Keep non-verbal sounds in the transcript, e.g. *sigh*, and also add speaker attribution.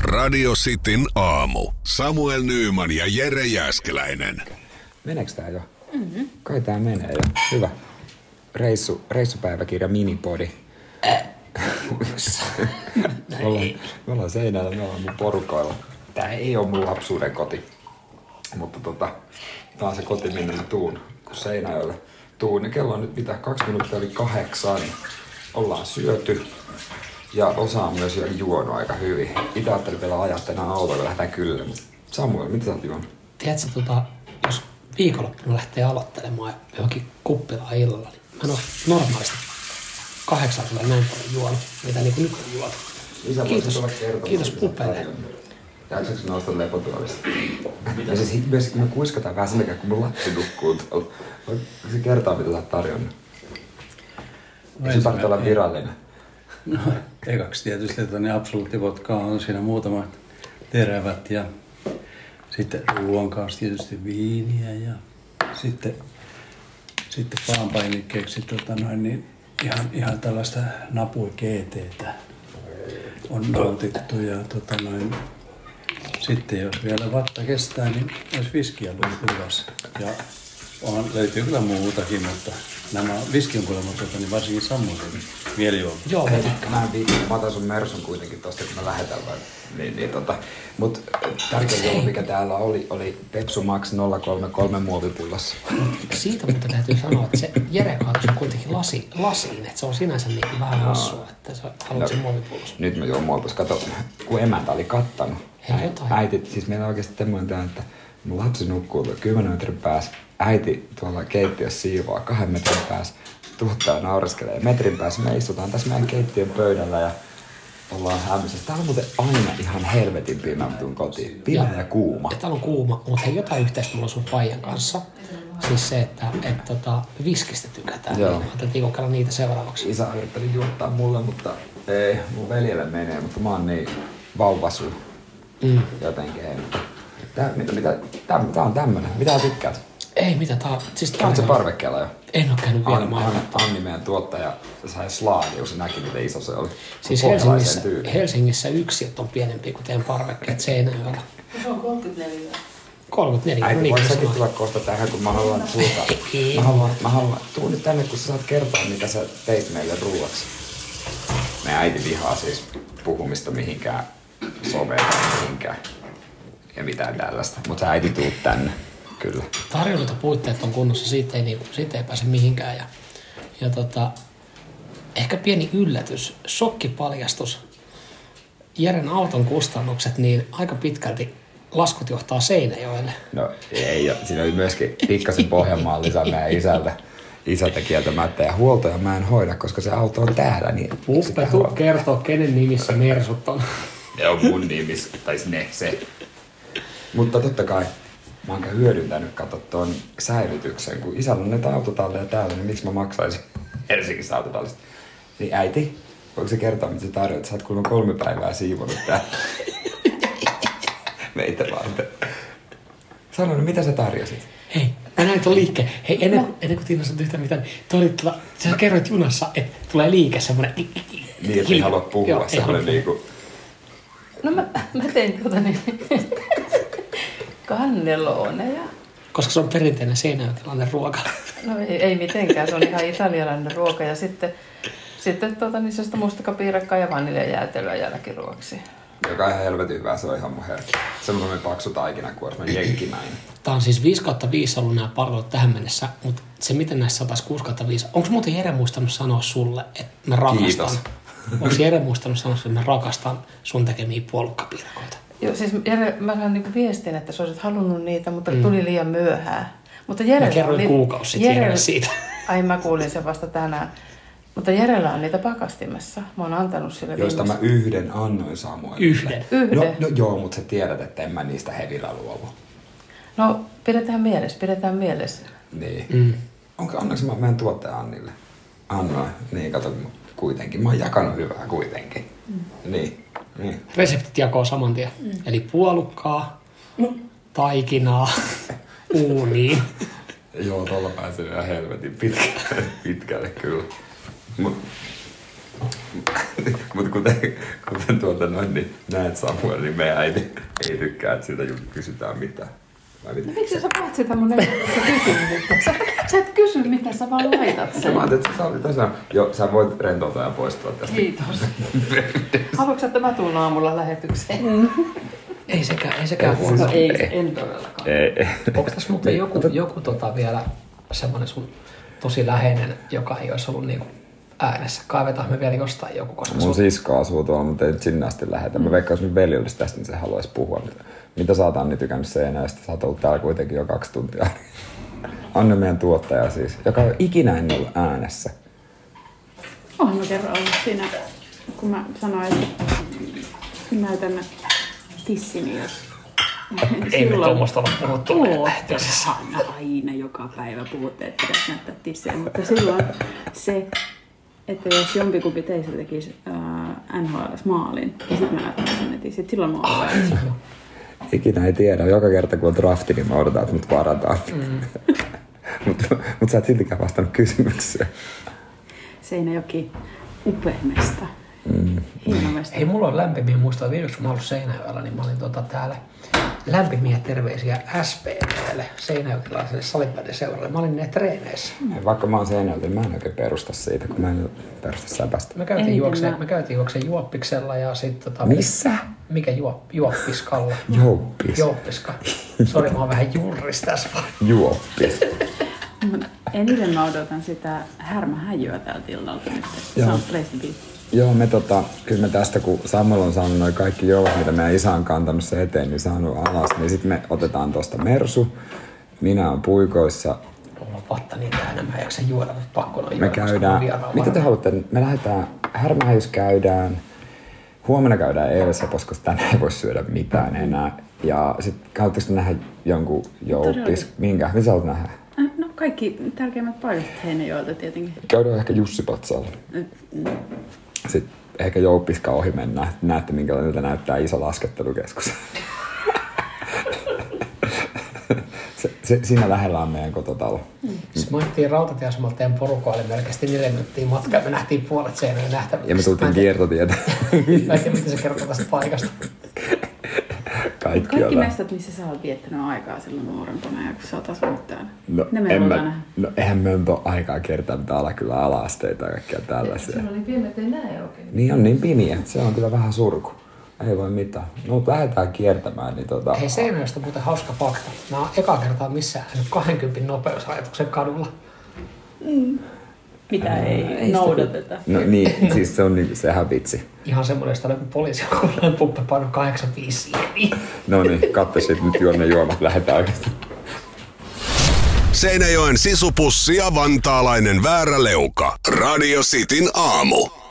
Speaker 1: Radio Cityn aamu. Samuel Nyyman ja Jere Jäskeläinen.
Speaker 2: Meneekö tää jo? Mm-hmm. Kai tää menee jo. Hyvä. Reissu, reissupäiväkirja minipodi. me, ollaan, me ollaan seinällä, me ollaan mun porukoilla. Tää ei oo mun lapsuuden koti. Mutta tota, tää on se koti, minne mä tuun. Kun Seinäjölle tuun, niin kello on nyt mitä, kaksi minuuttia oli kahdeksan. Ollaan syöty. Ja osaan myös jo juonut aika hyvin. Itse ajattelin vielä ajaa tänään autolla, kun lähdetään kyllä. Mutta Samuel, mitä sä oot juonut?
Speaker 3: Tiedätkö, tota, jos viikonloppuna lähtee aloittelemaan johonkin kuppilaan illalla, niin mä en ole normaalisti kahdeksan tulee näin paljon juonut, mitä niin kuin nyt on juonut.
Speaker 2: Isä
Speaker 3: Kiitos.
Speaker 2: tulla kertomaan,
Speaker 3: Kiitos
Speaker 2: mitä sä oot
Speaker 3: Pupelle.
Speaker 2: tarjonnut. Jaksatko sä nousta lepotuolista? Ja siis hi- myös kun me kuiskataan vähän sen takia, kun mun lapsi nukkuu tuolla. Voiko se kertoa, mitä sä oot tarjonnut?
Speaker 3: No
Speaker 2: Ei sun tarvitse olla virallinen.
Speaker 4: No, ekaksi tietysti, että ne absoluuttivotkaa on siinä muutamat terävät ja sitten ruoan kanssa tietysti viiniä ja sitten, sitten paanpainikkeeksi tota noin, niin ihan, ihan tällaista napuikeeteetä on nautittu ja tota noin, sitten jos vielä vatta kestää, niin olisi viskiä luultavassa. Ja on, löytyy kyllä muutakin, mutta nämä viski on kuulemma tuota, niin varsinkin sammuisen mielijuoma.
Speaker 3: Joo,
Speaker 2: Hei,
Speaker 3: mä
Speaker 2: mä en viitsi. Mä otan sun mersun kuitenkin tosta, kun me lähetään vaan. Niin, niin tota. Mut äh, tärkein juoma, mikä täällä oli, oli Pepsu Max 033 muovipullossa.
Speaker 3: siitä mutta täytyy sanoa, että se Jere kaatui kuitenkin lasi, lasiin, että se on sinänsä niin kuin vähän hassua, että sä haluat
Speaker 2: No.
Speaker 3: sen muovipullossa.
Speaker 2: Nyt mä juon muovipullossa. Kato, kun emäntä oli kattanut.
Speaker 3: Hei, jotain.
Speaker 2: Äiti, siis meillä on oikeasti tämmöinen tämä, että mun lapsi nukkuu tuolla 10 metrin päässä. Äiti tuolla keittiössä siivoaa kahden metrin päässä. Tuottaa naureskelee metrin päässä. Me istutaan tässä meidän keittiön pöydällä ja ollaan hämmässä. Täällä on muuten aina ihan helvetin pimeä, kun tuun kotiin. Pimeä ja kuuma.
Speaker 3: Ja täällä on kuuma, mutta hei, jotain yhteistä mulla on sun faijan kanssa. Siis se, että et, tota, viskistä tykätään.
Speaker 2: Joo.
Speaker 3: Joo. Niin, mä ajattelin kokeilla niitä seuraavaksi.
Speaker 2: Isä yritteli juottaa mulle, mutta ei, mun veljelle menee, mutta mä oon niin vauvasu
Speaker 3: Mm.
Speaker 2: jotenkin. ei. Tää, mitä, mitä, tää, tää on tämmönen. Mitä sä tykkäät?
Speaker 3: Ei mitä, tää on, siis tää
Speaker 2: Oletko se
Speaker 3: on,
Speaker 2: parvekkeella jo?
Speaker 3: en oo käynyt vielä,
Speaker 2: An,
Speaker 3: mä
Speaker 2: An,
Speaker 3: oon
Speaker 2: Anni, meidän tuottaja, sai slaadia, kun se näki, miten iso se oli.
Speaker 3: Siis
Speaker 2: Pohjalaisen
Speaker 3: Helsingissä,
Speaker 2: tyyli.
Speaker 3: Helsingissä yksiöt on pienempi kuin teidän parvekkeet Seinäjoella.
Speaker 5: Se on 34.
Speaker 3: 34, no
Speaker 2: Äiti,
Speaker 3: niin
Speaker 2: voit
Speaker 3: kuin
Speaker 2: säkin
Speaker 3: sanoin.
Speaker 2: tulla kohta tähän, kun mä haluan sulta.
Speaker 3: Ei.
Speaker 2: Mä haluan, mä haluan. Tuu nyt tänne, kun sä saat kertoa, mitä sä teit meille ruuaksi. Me äiti vihaa siis puhumista mihinkään someen tai mihinkään. Ja mitään tällaista. Mutta äiti tuu tänne. Kyllä.
Speaker 3: Tarjontapuitteet on kunnossa, siitä ei, niinku, siitä ei pääse mihinkään. Ja, ja tota, ehkä pieni yllätys, shokkipaljastus. Jeren auton kustannukset, niin aika pitkälti laskut johtaa Seinäjoelle.
Speaker 2: No ei, ja siinä oli myöskin pikkasen Pohjanmaan lisää meidän isältä. Isältä kieltämättä ja huoltoja mä en hoida, koska se auto on täällä, niin sitä huolta-
Speaker 3: kertoo, kenen nimissä mersut on.
Speaker 2: Ne on mun nimis, tai ne, se. Mutta totta kai mä oon hyödyntänyt, kato tuon säilytyksen, kun isällä on näitä autotalleja täällä, niin miksi mä maksaisin Helsingissä autotallista? Niin äiti, voiko se kertoa, mitä sä tarjoat? Sä oot kuulemma kolme päivää siivonut täällä. *laughs* Meitä varten. Sano nyt, mitä sä tarjosit?
Speaker 3: Hei, mä näin tuon liikkeen. Hei, ennen, no. ennen kuin Tiina sanoi yhtään mitään, niin toi oli tulla, sä kerroit junassa, että tulee liike semmoinen...
Speaker 2: Niin, että ei halua puhua
Speaker 3: Joo,
Speaker 2: Joo,
Speaker 3: ei
Speaker 2: semmoinen
Speaker 3: halua.
Speaker 2: niinku...
Speaker 5: No mä, mä tein tuota niin kannelooneja.
Speaker 3: Koska se on perinteinen seinäjotilainen ruoka.
Speaker 5: No ei, ei mitenkään, se on ihan italialainen ruoka. Ja sitten, sitten tuota, niin sellaista mustakapiirakkaa ja vaniljajäätelöä jälkiruoksi.
Speaker 2: Joka on ihan helvetin hyvä, se on ihan mun herkki. Semmoinen paksu taikinakuori, semmoinen jenkkimäinen.
Speaker 3: Tämä on siis 5 kautta 5 ollut nämä palvelut tähän mennessä, mutta se miten näissä saataisiin 6 kautta 5. Onko muuten Jere muistanut sanoa sulle, että mä rakastan?
Speaker 2: Kiitos.
Speaker 3: Onko Jere muistanut sanoa sulle, että mä rakastan sun tekemiä puolukkapiirakoita?
Speaker 5: Joo, siis Jere, mä sain niinku viestin, että sä olisit halunnut niitä, mutta mm. tuli liian myöhään. Mutta Jerellä
Speaker 3: Mä kerroin
Speaker 5: oli-
Speaker 3: kuukausi sitten
Speaker 5: Jerellä-
Speaker 3: Jerelle siitä.
Speaker 5: Ai mä kuulin sen vasta tänään. Mutta Jerellä on niitä pakastimessa. Mä oon antanut sille
Speaker 2: joista mä
Speaker 5: viimeksi.
Speaker 2: yhden annoin Samuelille.
Speaker 3: Yhden?
Speaker 5: Yhden.
Speaker 2: No, no joo, mutta sä tiedät, että en mä niistä hevillä luovu.
Speaker 5: No pidetään mielessä, pidetään mielessä.
Speaker 2: Niin. Mm. Onko annoinko mä meidän tuottaja Annille? Annoin. Niin, kato mu- kuitenkin. Mä oon jakanut hyvää kuitenkin. Mm. Niin. niin.
Speaker 3: Reseptit jakoo saman tien. Mm. Eli puolukkaa,
Speaker 2: No. *laughs*
Speaker 3: taikinaa, uuniin.
Speaker 2: Joo, tuolla pääsee ihan helvetin pitkälle, pitkälle kyllä. Mut, Mutta kuten, kuten tuota noin, niin näet Samuel, niin meidän äiti ei tykkää, että siitä ju- kysytään mitään. Vai mitä?
Speaker 5: Miksi sä paat sitä mun elämässä kysymystä? Sä, sä et kysy, mitä sä vaan laitat
Speaker 2: Ja
Speaker 5: sen.
Speaker 2: mä ajattelin, että sä olit tässä. Joo, sä voit rentoutua ja poistua tästä.
Speaker 5: Kiitos. Haluatko sä, että mä tuun aamulla lähetykseen?
Speaker 3: Ei sekään, ei sekään huono.
Speaker 5: No ei, en todellakaan.
Speaker 2: Ei,
Speaker 3: Onko tässä muuten joku, joku tota vielä semmoinen sun tosi läheinen, joka ei olisi ollut niinku äänessä? Kaivetaan me vielä jostain joku, koska
Speaker 2: Mun
Speaker 3: sun...
Speaker 2: sisko asuu tuolla, mutta ei nyt sinne asti lähetä. Mä veikkaan, jos mun veli olisi tästä, niin se haluaisi puhua. Mitä, mitä sä oot Anni tykännyt seinäistä? Sä oot ollut täällä kuitenkin jo kaksi tuntia. *laughs* Anne meidän tuottaja siis, joka ei ikinä en ollut äänessä.
Speaker 6: Olen mä kerran ollut siinä, kun mä sanoin, että näytän tissini, jos...
Speaker 3: ei me
Speaker 6: Silloin-
Speaker 3: tuommoista olla puhuttu.
Speaker 6: Oot, aina, aina joka päivä puhutte, että pitäisi näyttää tissejä, mutta silloin se, että jos jompikumpi teistä tekisi äh, NHL-maalin, ja sitten niin mä näyttäisin ne tissit, silloin mä oon oikeassa.
Speaker 2: Ikinä ei tiedä. Joka kerta kun on drafti, niin mä odotan, että mut varataan. Mm. mutta *laughs* mut sä et siltikään vastannut kysymykseen.
Speaker 6: Seinäjoki, upea mesta.
Speaker 3: Mm.
Speaker 6: Hieno mesta.
Speaker 3: Hei, mulla on lämpimiä muistoja. Viimeksi kun mä olin Seinäjoella, niin mä olin tota täällä lämpimiä terveisiä SPVlle, seinäjokilaiselle salibändiseuralle. Mä olin ne treeneissä.
Speaker 2: Vaikka mä oon seinältä, niin mä en oikein perusta siitä, kun mä en perusta säpästä.
Speaker 3: Me käytiin,
Speaker 6: Eniten
Speaker 3: juokseen,
Speaker 6: mä-
Speaker 3: me käytiin juokseen juoppiksella ja sitten tota,
Speaker 2: Missä?
Speaker 3: mikä juo,
Speaker 2: *laughs*
Speaker 3: juoppiskalla?
Speaker 2: Jouppis.
Speaker 3: Juoppiska. Sori, mä oon vähän julris tässä vaan.
Speaker 2: Juoppis.
Speaker 6: Mut Eniten mä odotan sitä härmähäjyä täältä illalta nyt. Se
Speaker 2: Joo.
Speaker 6: on place to be.
Speaker 2: Joo, me tota, kyllä me tästä, kun Samuel on saanut noi kaikki joulut, mitä meidän isä on kantanut se eteen, niin saanut alas, niin sitten me otetaan tosta Mersu, minä on puikoissa,
Speaker 3: Mulla on patta niin täynnä, mä en jaksa juoda, mutta pakko noin
Speaker 2: me
Speaker 3: juoda, koska
Speaker 2: käydään,
Speaker 3: mä oon vieraalla
Speaker 2: mitä te
Speaker 3: varmaan.
Speaker 2: haluatte, me lähdetään, Härmähäjys käydään, huomenna käydään Eilessä, koska tänään ei voi syödä mitään enää, ja sitten haluatteko te nähdä jonkun jouppis, minkä, mitä haluat nähdä?
Speaker 6: Äh, No kaikki tärkeimmät paikat Heinäjoelta tietenkin.
Speaker 2: Käydään ehkä Jussi Patsalla. Sitten ehkä jouppiska ohi mennään. Näette, minkälaiselta näyttää iso laskettelukeskus. se, se, siinä lähellä on meidän kototalo.
Speaker 3: Siis me ajettiin rautatieasemalta teidän porukalla, eli melkein neljä minuuttia matkaa, me nähtiin puolet seinää nähtäväksi.
Speaker 2: Ja me tultiin
Speaker 3: Mä en
Speaker 2: kiertotietä.
Speaker 3: tiedä- Mä en tiedä, mitä se kertoo tästä paikasta.
Speaker 2: Kaikki
Speaker 6: Kaikki
Speaker 2: ollaan.
Speaker 6: mestat, missä sä oot viettänyt aikaa silloin nuorempana ja kun sä oot asunut täällä.
Speaker 2: No,
Speaker 6: ne me
Speaker 2: en
Speaker 6: voidaan
Speaker 2: mä,
Speaker 6: nähdä.
Speaker 2: no eihän me nyt ole aikaa kertaa mitä alakylä ala-asteita ja kaikkea tällaisia.
Speaker 5: Sulla oli pieni, ettei näe oikein.
Speaker 2: Niin on niin pimiä. Se on kyllä vähän surku. Ei voi mitään. No mut lähdetään kiertämään. Niin tota...
Speaker 3: Hei, Seinäjoesta muuten hauska fakta. Mä oon ekaa kertaa missään nähnyt 20 nopeusajatuksen kadulla.
Speaker 6: Mitä ei, noudateta.
Speaker 2: No niin, siis se on niinku, sehän vitsi.
Speaker 3: Ihan semmoinen, josta joku poliisi on kuullut puppe painu 85 siiviin.
Speaker 2: No niin, katso sitten nyt juon ne juomat, lähdetään oikeasti.
Speaker 1: Seinäjoen sisupussi ja vantaalainen vääräleuka. Radio Cityn aamu.